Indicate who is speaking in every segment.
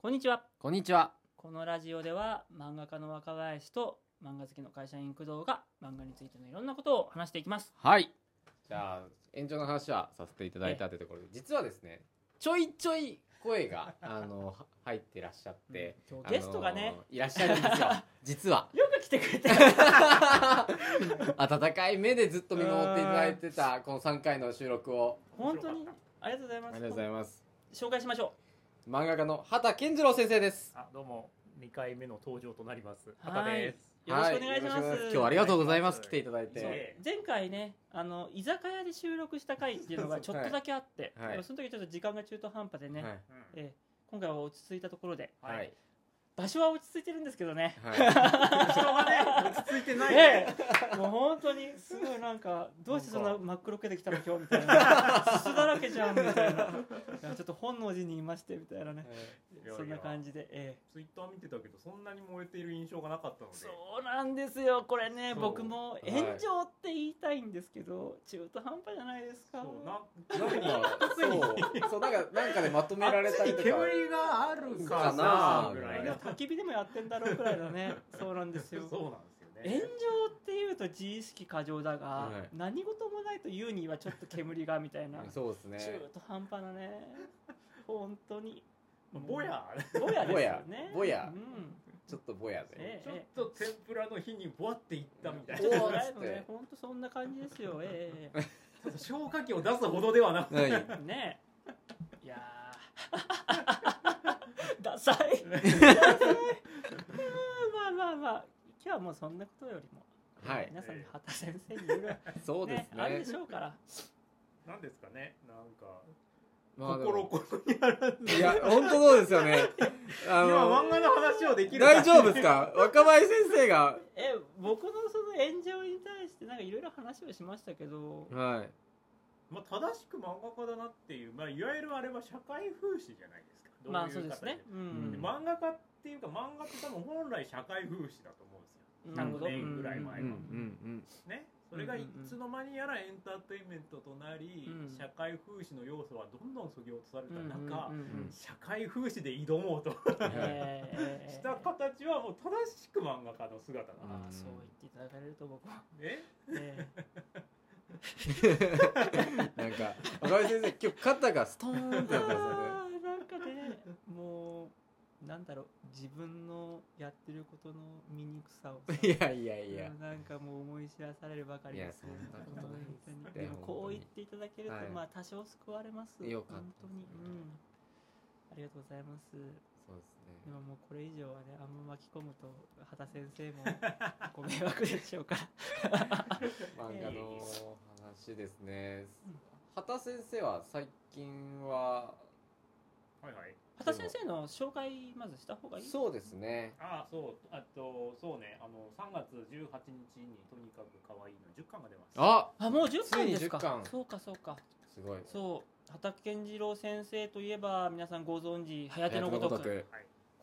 Speaker 1: こんにちは
Speaker 2: こんにちは。
Speaker 1: このラジオでは漫画家の若林と漫画好きの会社員工藤が漫画についてのいろんなことを話していきます
Speaker 2: はい。じゃあ、延長の話はさせていただいたというところで、実はですね、ちょいちょい声が、あの、は入ってらっしゃって、
Speaker 1: 今日ゲストがね
Speaker 2: あの、いらっしゃるんですよ。実は。
Speaker 1: よく来てく れた
Speaker 2: 温かい目でずっと見守っていただいてた、この3回の収録を、
Speaker 1: 本当にありがとうござい
Speaker 2: あ
Speaker 1: ま
Speaker 2: り
Speaker 1: す
Speaker 2: がとうございます。
Speaker 1: 紹介しましょ
Speaker 2: 漫画家の畑健次郎先生です。
Speaker 3: あどうも2回目の登場となります。
Speaker 1: はい
Speaker 3: 畑です。
Speaker 1: うよろしくお願いし
Speaker 2: は
Speaker 1: ます,、
Speaker 2: よろくお願い今日はありがとうございます。
Speaker 3: はい
Speaker 2: 来ていただい
Speaker 3: そう
Speaker 2: て。
Speaker 1: 前回ねあの居酒屋で収録した回っていうのがちょっとだけあって、
Speaker 2: はいはい
Speaker 1: その時ちょっと時間が中途半端でね、
Speaker 2: はい
Speaker 3: うん
Speaker 1: えー今回は落ち着いたところで
Speaker 2: はい。
Speaker 1: 場所は落ち着いてるんですけどね
Speaker 2: はい。
Speaker 3: 人がね落ち着いてないね。
Speaker 1: ねえもう本当にすごいなんかどうしてそんな真っ黒けてきたの今日みたい なすすだらけじゃんみたいないやちょっと本能寺にいましてみたいなねそんな感
Speaker 3: じ。
Speaker 1: じで、ええ
Speaker 3: ツイッター見てたけどそんなに燃えている印象がなかったので。
Speaker 1: そうなんですよこれね
Speaker 3: そう
Speaker 1: 僕も炎上って言いたいんですけど、中途半端じゃないですか
Speaker 3: そうな
Speaker 2: なんか、そう、そう、なんか、なんかでまとめられたりとか。
Speaker 3: 煙があるか
Speaker 2: かな
Speaker 3: なぐら
Speaker 1: こ
Speaker 3: い
Speaker 1: れ
Speaker 3: な
Speaker 1: は。焚き火でもやってんだろうくらいのねそうなんですよ
Speaker 3: そうなんですよ
Speaker 1: 炎
Speaker 3: ね。
Speaker 1: 上っていうと自意識過剰だが、
Speaker 2: はい
Speaker 1: 何事もないと言うにはちょっと煙がみたいな、
Speaker 2: そうですね。
Speaker 1: 中途半端なね本当に
Speaker 3: まあぼや。
Speaker 1: ぼやですよね
Speaker 2: ぼや
Speaker 1: うん
Speaker 2: ちょっとぼやで。
Speaker 1: え
Speaker 3: ちょっ
Speaker 1: え
Speaker 3: と天ぷらの日にぼわっていったみたい
Speaker 1: ちょっ
Speaker 3: な。
Speaker 1: と
Speaker 2: おー
Speaker 1: 暗いの
Speaker 2: つっ
Speaker 1: ね
Speaker 2: て
Speaker 1: 本当そんな感じですよええ ええ
Speaker 3: ちょっと消火器を出すほどではな く。
Speaker 2: はい。
Speaker 1: ええねえいやー ダ サいダサいうんまあまあまあ今日はもうそんなことよりも、
Speaker 2: はい
Speaker 1: 皆さんに畑先生にいろいろ
Speaker 2: そうです
Speaker 1: ねある
Speaker 2: ね
Speaker 1: で。しょうから
Speaker 3: なんですかね。なんか
Speaker 2: まあでも
Speaker 3: 心ここにある。
Speaker 2: いや、本当そうですよ ね。あ
Speaker 3: 今漫
Speaker 2: の、
Speaker 3: 画の話をできる。
Speaker 2: 大丈夫ですか若林先生が。
Speaker 1: え僕のその炎上に対してなんかいろいろ話をしましたけど
Speaker 2: はい。
Speaker 3: まあ、正しく漫画家だなっていう、まあ、いわゆるあれは社会風刺じゃないですかど
Speaker 1: まあ
Speaker 3: い
Speaker 1: そうですね
Speaker 3: 形
Speaker 1: う
Speaker 3: で
Speaker 1: ん、
Speaker 3: 漫画家っていうか漫画って多分本来社会風刺だと思うんですよ、
Speaker 1: なるほど
Speaker 3: 何年ぐらい
Speaker 2: うん
Speaker 3: 前
Speaker 2: う
Speaker 3: か
Speaker 2: んうん。
Speaker 3: ね、それが
Speaker 1: うんう
Speaker 3: い
Speaker 1: んうん
Speaker 3: つの間にやらエンターテインメントとなり、
Speaker 1: うん
Speaker 3: 社会風刺の要素はどんどんそぎ落とされた中、
Speaker 1: うんうんうん
Speaker 3: 社会風刺で挑もうと
Speaker 1: ええ
Speaker 3: した形はもう正しく漫画家の姿だ
Speaker 1: あ
Speaker 3: な、
Speaker 1: あそう言っていただかれると僕は、
Speaker 3: ね
Speaker 1: え
Speaker 2: なんか、若林先生、今日肩がストーンっ
Speaker 1: え
Speaker 2: てなってますよね。
Speaker 1: ああなんかねもうなんだろう自分のやってることの醜さをさ
Speaker 2: いやいやいや。
Speaker 1: なんかもう思い知らされるばかりです
Speaker 2: いやそんなことないで
Speaker 1: 本当
Speaker 2: すい
Speaker 1: に
Speaker 2: や
Speaker 1: でもこう言っていただけると、
Speaker 2: はい
Speaker 1: まあ多少救われます
Speaker 2: よかった
Speaker 1: 本当にうんありがとうございます
Speaker 2: そうです
Speaker 1: で
Speaker 2: ね。
Speaker 1: ももうこれ以上はねあんま巻き込むと畑先生もご迷惑でしょうから
Speaker 2: 漫画の話ですね。畑先生は最近は、
Speaker 3: はいはい
Speaker 1: 畑先生の紹介まずした方がいい
Speaker 2: そうですね。
Speaker 3: ああそうあとそうねあの3月18日にとにかく可愛いの10巻が出ます
Speaker 2: あ
Speaker 1: あもう10
Speaker 2: つい
Speaker 1: 巻
Speaker 2: に
Speaker 1: ですか
Speaker 2: 10巻
Speaker 1: そうかそうか
Speaker 2: すごい。
Speaker 1: そう畑健次郎先生といえば皆さんご存知
Speaker 2: や
Speaker 1: 颯のごとく
Speaker 2: く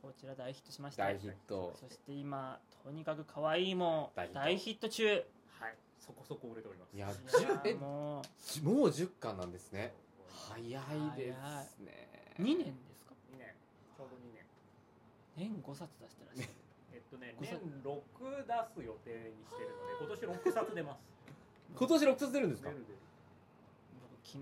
Speaker 1: こちら大ヒットしました
Speaker 2: 大ヒット。
Speaker 1: そして今とにかく可愛いも
Speaker 2: 大ヒット
Speaker 1: 大ヒット中
Speaker 3: はい、そこそこ売れております。
Speaker 2: いや
Speaker 1: い
Speaker 2: じゅ
Speaker 1: や
Speaker 2: え
Speaker 1: ーも
Speaker 2: じもう10巻なんですね。
Speaker 3: は
Speaker 2: 早
Speaker 3: い。
Speaker 2: いですね。
Speaker 1: う2年ですか
Speaker 3: 2年、ちょうど2年。
Speaker 1: 年5冊出してらっし ゃる
Speaker 3: えっとね、
Speaker 1: ご
Speaker 3: 年
Speaker 1: さ
Speaker 3: 6出す予定にしてるので、今年6冊出ます。
Speaker 2: 今年6冊出るん です
Speaker 3: 出
Speaker 2: か
Speaker 3: る出る。
Speaker 1: 僕昨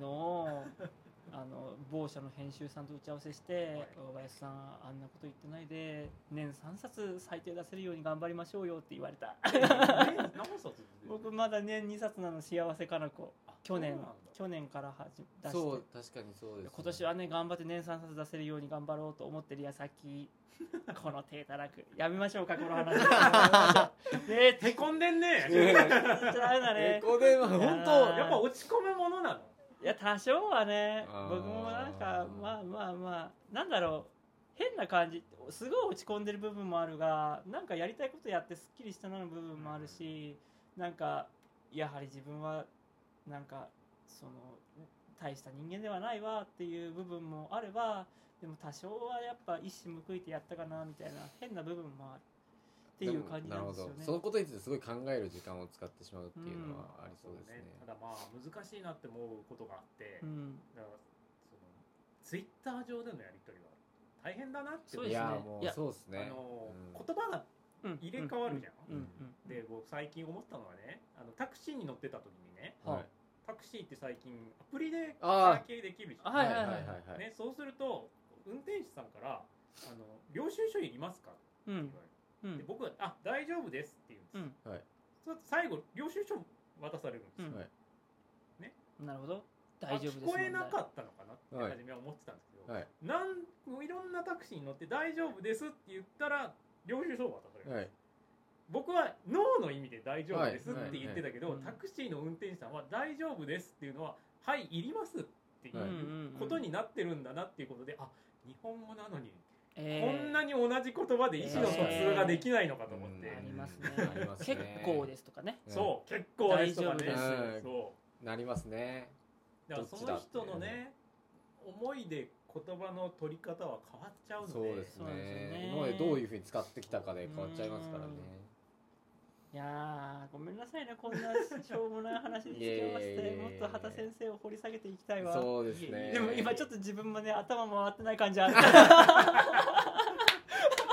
Speaker 1: 日あの某社の編集さんと打ち合わせして、
Speaker 3: はい
Speaker 1: 大林さんあんなこと言ってないで年3冊最低出せるように頑張りましょうよって言われた
Speaker 3: 年何冊出る
Speaker 1: 僕まだ年2冊なの幸せかな子
Speaker 3: あ
Speaker 1: 去年
Speaker 3: そうなんだ
Speaker 1: 去年から始め出して
Speaker 2: そう、確かにそうです、
Speaker 1: 今年はね頑張って年3冊出せるように頑張ろうと思ってる矢 先この手たらくやめましょうかこの話 ね
Speaker 3: へこんでんね。
Speaker 2: えー。
Speaker 1: ちょっとダメだね
Speaker 2: えこれは本
Speaker 1: い
Speaker 2: 当
Speaker 1: ー
Speaker 3: やっぱ落ち込むものなの。
Speaker 1: いや多少はね
Speaker 2: あー
Speaker 1: 僕もなんかまあまあまあなんだろう変な感じすごい落ち込んでる部分もあるがなんかやりたいことやってすっきりしたなの部分もあるしなんかやはり自分はなんかその大した人間ではないわっていう部分もあればでも多少はやっぱ一矢報いてやったかなみたいな変な部分もあるっていう感じなんですよ
Speaker 2: るほ
Speaker 1: ね
Speaker 2: ど。そのことについてすごい考える時間を使ってしまうっていうのはありそうですね。
Speaker 3: ただまあ、難しいなって思うことがあって
Speaker 1: う、ん
Speaker 3: だから、その、ツイッター上でのやりとりは大変だなって
Speaker 1: そう
Speaker 2: い
Speaker 1: ですね
Speaker 2: やも
Speaker 1: いうや
Speaker 2: そうですね
Speaker 3: あ
Speaker 2: う
Speaker 3: の
Speaker 2: ん
Speaker 3: 言葉が
Speaker 1: うん
Speaker 3: 入れ替わるじゃん、
Speaker 1: うんうんうん
Speaker 3: で僕最近思ったのはねあのタクシーに乗ってた時にね
Speaker 1: は
Speaker 2: はい
Speaker 3: タクシーって最近アプリで
Speaker 2: あー
Speaker 3: 会計できるじゃん、
Speaker 1: あはいはいはい
Speaker 2: はい
Speaker 3: ね、そうすると運転手さんから「あの領収書いりますか?」って
Speaker 1: う
Speaker 3: 言
Speaker 1: ん
Speaker 3: われて、
Speaker 1: う
Speaker 3: で
Speaker 1: ん
Speaker 3: 僕は「あ大丈夫です」って言うんです、
Speaker 1: うん
Speaker 3: そう最後領収書渡されるんですよ、
Speaker 1: うん
Speaker 2: はい
Speaker 1: なるほど
Speaker 3: あ
Speaker 1: 大丈夫です
Speaker 3: 聞こえな
Speaker 1: 問
Speaker 3: かったのかなって初めは思ってたんですけど、
Speaker 2: はい
Speaker 3: なんいろんなタクシーに乗って「大丈夫です」って言ったら領収書を渡される、
Speaker 2: はい
Speaker 3: 僕は「ノーの意味で「大丈夫です」っ
Speaker 2: はい
Speaker 3: て言ってたけど、
Speaker 1: はいはい
Speaker 3: タクシーの運転手さんは「大丈夫です」っていうのは「はいいります」ってい
Speaker 1: 題
Speaker 2: はい
Speaker 1: うん
Speaker 3: う
Speaker 1: うんうん
Speaker 3: ことになってるんだなっていうことであ日本語なのに
Speaker 1: え
Speaker 3: こ
Speaker 1: ー
Speaker 3: んなに同じ言葉で意思の疎通ができないのかと思っ
Speaker 2: えー
Speaker 1: あ
Speaker 3: て
Speaker 1: りますね
Speaker 2: ありますね
Speaker 1: 結構ですとかね
Speaker 3: そう結構ですとか
Speaker 1: 大
Speaker 2: 丈夫
Speaker 3: ね
Speaker 2: です
Speaker 3: そう
Speaker 2: うんなりますね
Speaker 3: だからその人のね思いで言葉の取り方は変わっちゃうので
Speaker 2: そうです
Speaker 1: そうなんですよ
Speaker 2: ね
Speaker 1: ね
Speaker 2: 今までどういうふうに使ってきたかで変わっちゃいますからね
Speaker 1: いやーごめんなさいねこんなしょうもない話に付き合わせ
Speaker 2: いやいや
Speaker 1: て
Speaker 2: いやいや
Speaker 1: もっと畑先生を掘り下げていきたいわ
Speaker 2: そうですね
Speaker 1: でも今ちょっと自分もね頭回ってない感じあ るいっぱい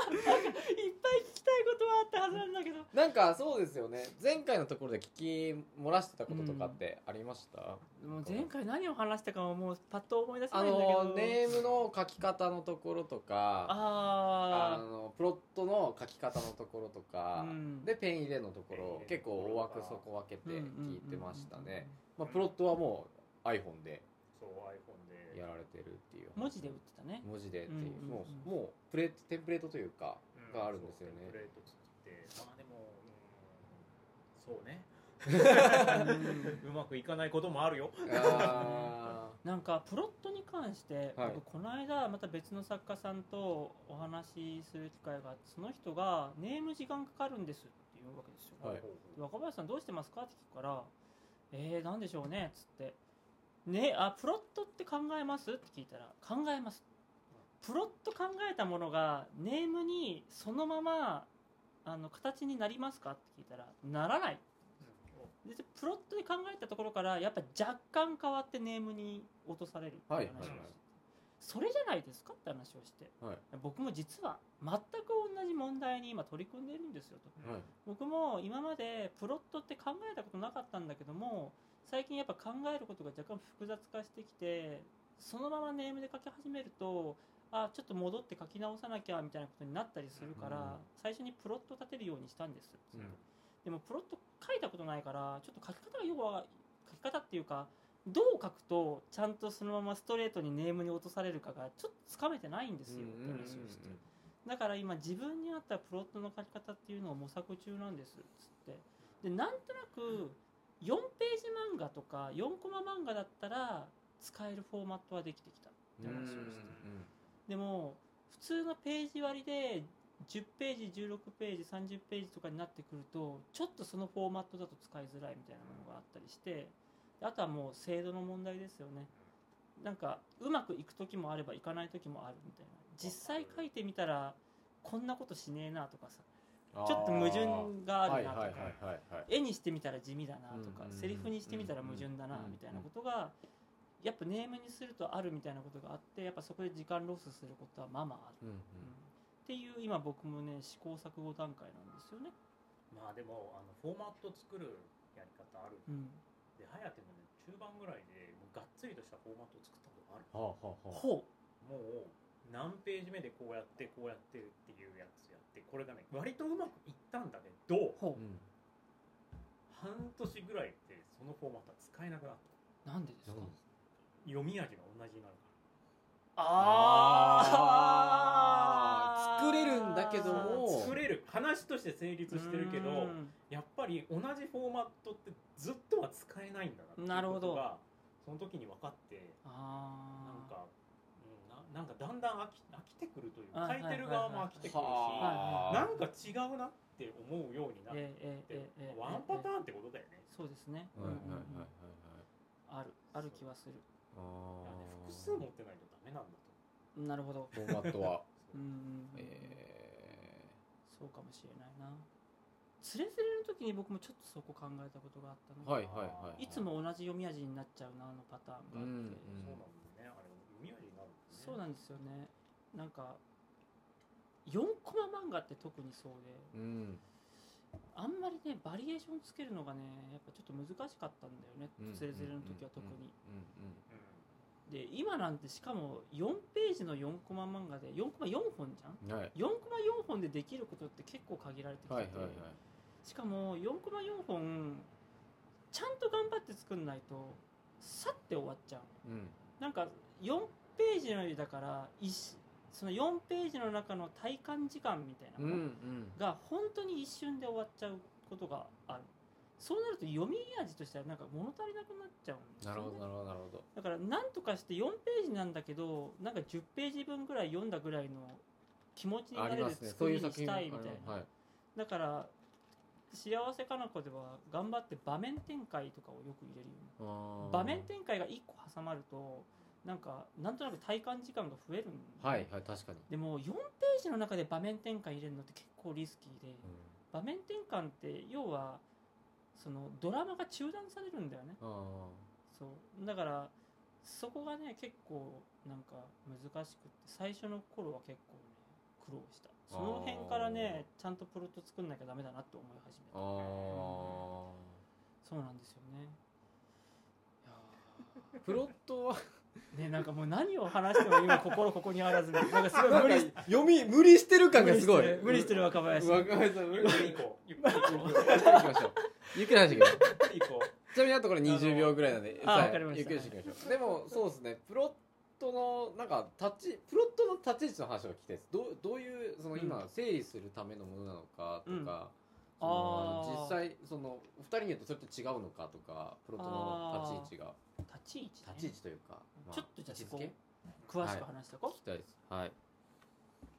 Speaker 1: 聞きたいことはあったはずなんだけど
Speaker 2: なんかそうですよね前回のところで聞き漏らしてたこととかってありました、
Speaker 1: もう前回何を話したかももうパッと思い出せ
Speaker 2: あ
Speaker 1: ないんだけど
Speaker 2: のネームの書き方のところとかあ
Speaker 1: あ
Speaker 2: のプロットの書き方のところと
Speaker 1: あ
Speaker 2: か、
Speaker 1: うん
Speaker 2: でペン入れのところ
Speaker 3: ペン入れの
Speaker 2: 結
Speaker 3: と
Speaker 2: 構
Speaker 3: ころ
Speaker 2: 大枠そこ分けて聞いてましたね、まあ、プロットはもう iPhone で
Speaker 3: そう iPhone で
Speaker 2: やられてるっていう
Speaker 1: 文字で打ってたね
Speaker 2: 文字でっていう
Speaker 1: うんうんうん
Speaker 2: もうもうプレートテンプレートという か
Speaker 3: うん
Speaker 2: があるんですよね
Speaker 3: そうテンプレート作ってまあでもうんそうねうまくいかないこともあるよ
Speaker 2: あ
Speaker 1: なんかプロットに関して、
Speaker 2: はい
Speaker 1: 僕この間また別の作家さんとお話しする機会があってその人が「ネーム時間かかるんです」って言うわけですよ、
Speaker 2: はい
Speaker 1: で若林さんどうしてますかって聞くから「えー、なんでしょうね」っつって「ねあプロットって考えます?」って聞いたら「考えます」プロット考えたものがネームにそのままあの形になりますかって聞いたら「ならない」でプロットで考えたところからやっぱ若干変わってネームに落とされるっていう話をして、
Speaker 2: はいはいはい
Speaker 1: それじゃないですかって話をして、
Speaker 2: はい
Speaker 1: 僕も実は全く同じ問題に今取り組んでいるんですよと
Speaker 2: ーはい
Speaker 1: 僕も今までプロットって考えたことなかったんだけども最近やっぱ考えることが若干複雑化してきてそのままネームで書き始めるとあちょっと戻って書き直さなきゃみたいなことになったりするから、
Speaker 2: うん
Speaker 1: 最初にプロット立てるようにしたんです、
Speaker 2: うん
Speaker 1: でもプロット書いたことないからちょっと書き方が要は書き方っていうかどう書くとちゃんとそのままストレートにネームに落とされるかがちょっとつかめてないんですよって話をしてだから今自分に合ったプロットの書き方っていうのを模索中なんですっつってでなんとなく4ページ漫画とか4コマ漫画だったら使えるフォーマットはできてきた
Speaker 2: うんうんうん
Speaker 1: でも普通のページ割りで10ページ16ページ30ページとかになってくるとちょっとそのフォーマットだと使いづらいみたいなものがあったりしてあとはもう精度の問題ですよねなんかうまくいく時もあればいかない時もあるみたいな実際書いてみたらこんなことしねえなとかさ
Speaker 2: あー
Speaker 1: ちょっと矛盾があ
Speaker 2: は
Speaker 1: る
Speaker 2: い
Speaker 1: な
Speaker 2: は
Speaker 1: と
Speaker 2: い
Speaker 1: か、
Speaker 2: はいはいはい
Speaker 1: 絵にしてみたら地味だなとか、
Speaker 2: うんうん
Speaker 1: セリフにしてみたら矛盾だな
Speaker 2: うん
Speaker 1: みたいなことが、やっぱネームにするとあるみたいなことがあってやっぱそこで時間ロスすることはまあまあある、
Speaker 2: うんうん
Speaker 1: うんっていう今僕もね試行錯誤段階なんですよね、
Speaker 3: まあでもあのフォーマット作るやり方ある
Speaker 1: うん、
Speaker 3: で颯もね中盤ぐらいでもうがっつりとしたフォーマットを作ったことあ
Speaker 2: はあは
Speaker 3: る
Speaker 1: ほ
Speaker 2: あはあ
Speaker 3: もう何ページ目でこうやってこうやってっていうやつやってこれがね割とうまくいったんだけど
Speaker 1: うほ
Speaker 2: う
Speaker 1: うん
Speaker 3: 半年ぐらいってそのフォーマットは使えなくなった
Speaker 1: なんでですか、
Speaker 2: うん
Speaker 3: 読み味が同じになるから
Speaker 2: あ
Speaker 1: ー
Speaker 2: ー作れるんだけども
Speaker 3: 作れる話として成立してるけど
Speaker 1: う
Speaker 3: やっぱり同じフォーマットってずっとは使えないんだなって
Speaker 1: なる
Speaker 3: い
Speaker 1: ほ
Speaker 3: うこと
Speaker 1: ど
Speaker 3: がその時に分かって
Speaker 1: あ
Speaker 3: なん
Speaker 1: ー
Speaker 3: か、うん、ななんかだんだん飽き飽きてくるというか
Speaker 1: は
Speaker 3: 書
Speaker 1: い
Speaker 3: いてる側も飽きてくるし、
Speaker 1: は
Speaker 3: なんか違うなって思うようになって、
Speaker 1: ええええええ
Speaker 3: ワンパターンってことだよね。
Speaker 1: そうですね、
Speaker 2: はいは
Speaker 1: う
Speaker 2: い
Speaker 1: んうんうんある
Speaker 2: はいはい
Speaker 1: ある気はする
Speaker 3: だからね
Speaker 2: はい
Speaker 3: 複数持ってないとダメなんだと
Speaker 1: なるほど
Speaker 2: フォーマットは
Speaker 1: う
Speaker 3: 思う。
Speaker 1: ん、
Speaker 2: え
Speaker 1: そうかもしれないなつれづれの時に僕もちょっとそこ考えたことがあったの
Speaker 2: ー、はいはいはい
Speaker 1: いつも同じ読み味になっちゃうなあのパターンがあって、
Speaker 2: うん
Speaker 3: そうなんだよね。あれ、読み味になるんだね。
Speaker 1: そうなんですよねなんか4コマ漫画って特にそうで
Speaker 2: うん
Speaker 1: あんまりねバリエーションつけるのがねやっぱちょっと難しかったんだよね
Speaker 2: うん
Speaker 1: ズレズレの時は特に
Speaker 2: う
Speaker 1: で今なんてしかも4ページの4コマ漫画で4コマ4本じゃん
Speaker 2: んうんうんはい
Speaker 1: 4コマ4本でできることって結構限られてきてて、
Speaker 2: はいはいはい
Speaker 1: しかも4コマ4本ちゃんと頑張って作んないとさって終わっちゃう
Speaker 2: うん
Speaker 1: なんか4ページのよりだから一その4ページの中の体感時間みたいな
Speaker 2: う
Speaker 1: もの
Speaker 2: ん
Speaker 1: が本当に一瞬で終わっちゃうことがあるそうなると読み味としてはなんか物足りなくなっちゃうんです
Speaker 2: な
Speaker 1: よ
Speaker 2: る
Speaker 1: ね
Speaker 2: ほどなるほどなるほど
Speaker 1: だからなんとかして4ページなんだけどなんか10ページ分ぐらい読んだぐらいの気持ちにな
Speaker 2: あ
Speaker 1: れ
Speaker 2: りま
Speaker 1: る
Speaker 2: すねそ
Speaker 1: 作
Speaker 2: う
Speaker 1: り
Speaker 2: い
Speaker 1: に
Speaker 2: う作
Speaker 1: し
Speaker 2: 品
Speaker 1: た
Speaker 2: も
Speaker 1: いみたい
Speaker 2: あ
Speaker 1: な
Speaker 2: のはい
Speaker 1: だから「幸せかな子」では頑張って場面展開とかをよく入れるように
Speaker 2: あー
Speaker 1: 場面展開が1個挟まるとなんかなんとなく体感時間が増えるんで
Speaker 2: はいはい確かに
Speaker 1: でも4ページの中で場面展開入れるのって結構リスキーで場面転換って要はそのドラマが中断されるんだよね
Speaker 2: ああ
Speaker 1: そうだからそこがね結構なんか難しくて最初の頃は結構ね苦労したその辺からねちゃんとプロット作んなきゃダメだなって思い始めた
Speaker 2: あー
Speaker 1: そうなんですよね
Speaker 2: プロットは
Speaker 1: ねなんかもう何を話しても今心ここにあらずなんかすごい無理 し
Speaker 2: 読み無理してる感がすご
Speaker 1: 無
Speaker 2: い
Speaker 1: 理してる無理してる若林
Speaker 2: 若林さん無
Speaker 3: ゆ
Speaker 2: 理
Speaker 3: っ
Speaker 2: ゆっくり
Speaker 3: くり行こう。ゆっくり行こう。
Speaker 2: 行きましょうゆっくり話していきましょう
Speaker 3: ゆっ くり行こう。
Speaker 2: ちなみにあとこれ20秒ぐらいなんで
Speaker 1: あの
Speaker 2: はい
Speaker 1: あわかりました
Speaker 2: ゆっくりしていきましょうでもそうですねプロットのなんか立ちプロットの立ち位置の話を聞きたいですどうどういうその今整理するためのものなのかと
Speaker 1: うん
Speaker 2: か、そ
Speaker 1: あ
Speaker 2: の
Speaker 1: ー
Speaker 2: 実際そのお二人によってそれと違うのかとかプロットの立ち位置が
Speaker 1: 立ち位置、ね、
Speaker 2: 立ち位置というか、まあ
Speaker 1: ちょっとじゃあ
Speaker 2: 位置
Speaker 1: そ
Speaker 2: づ
Speaker 1: こ
Speaker 2: け
Speaker 1: 詳しく話しておこ
Speaker 2: 聞きたいですはい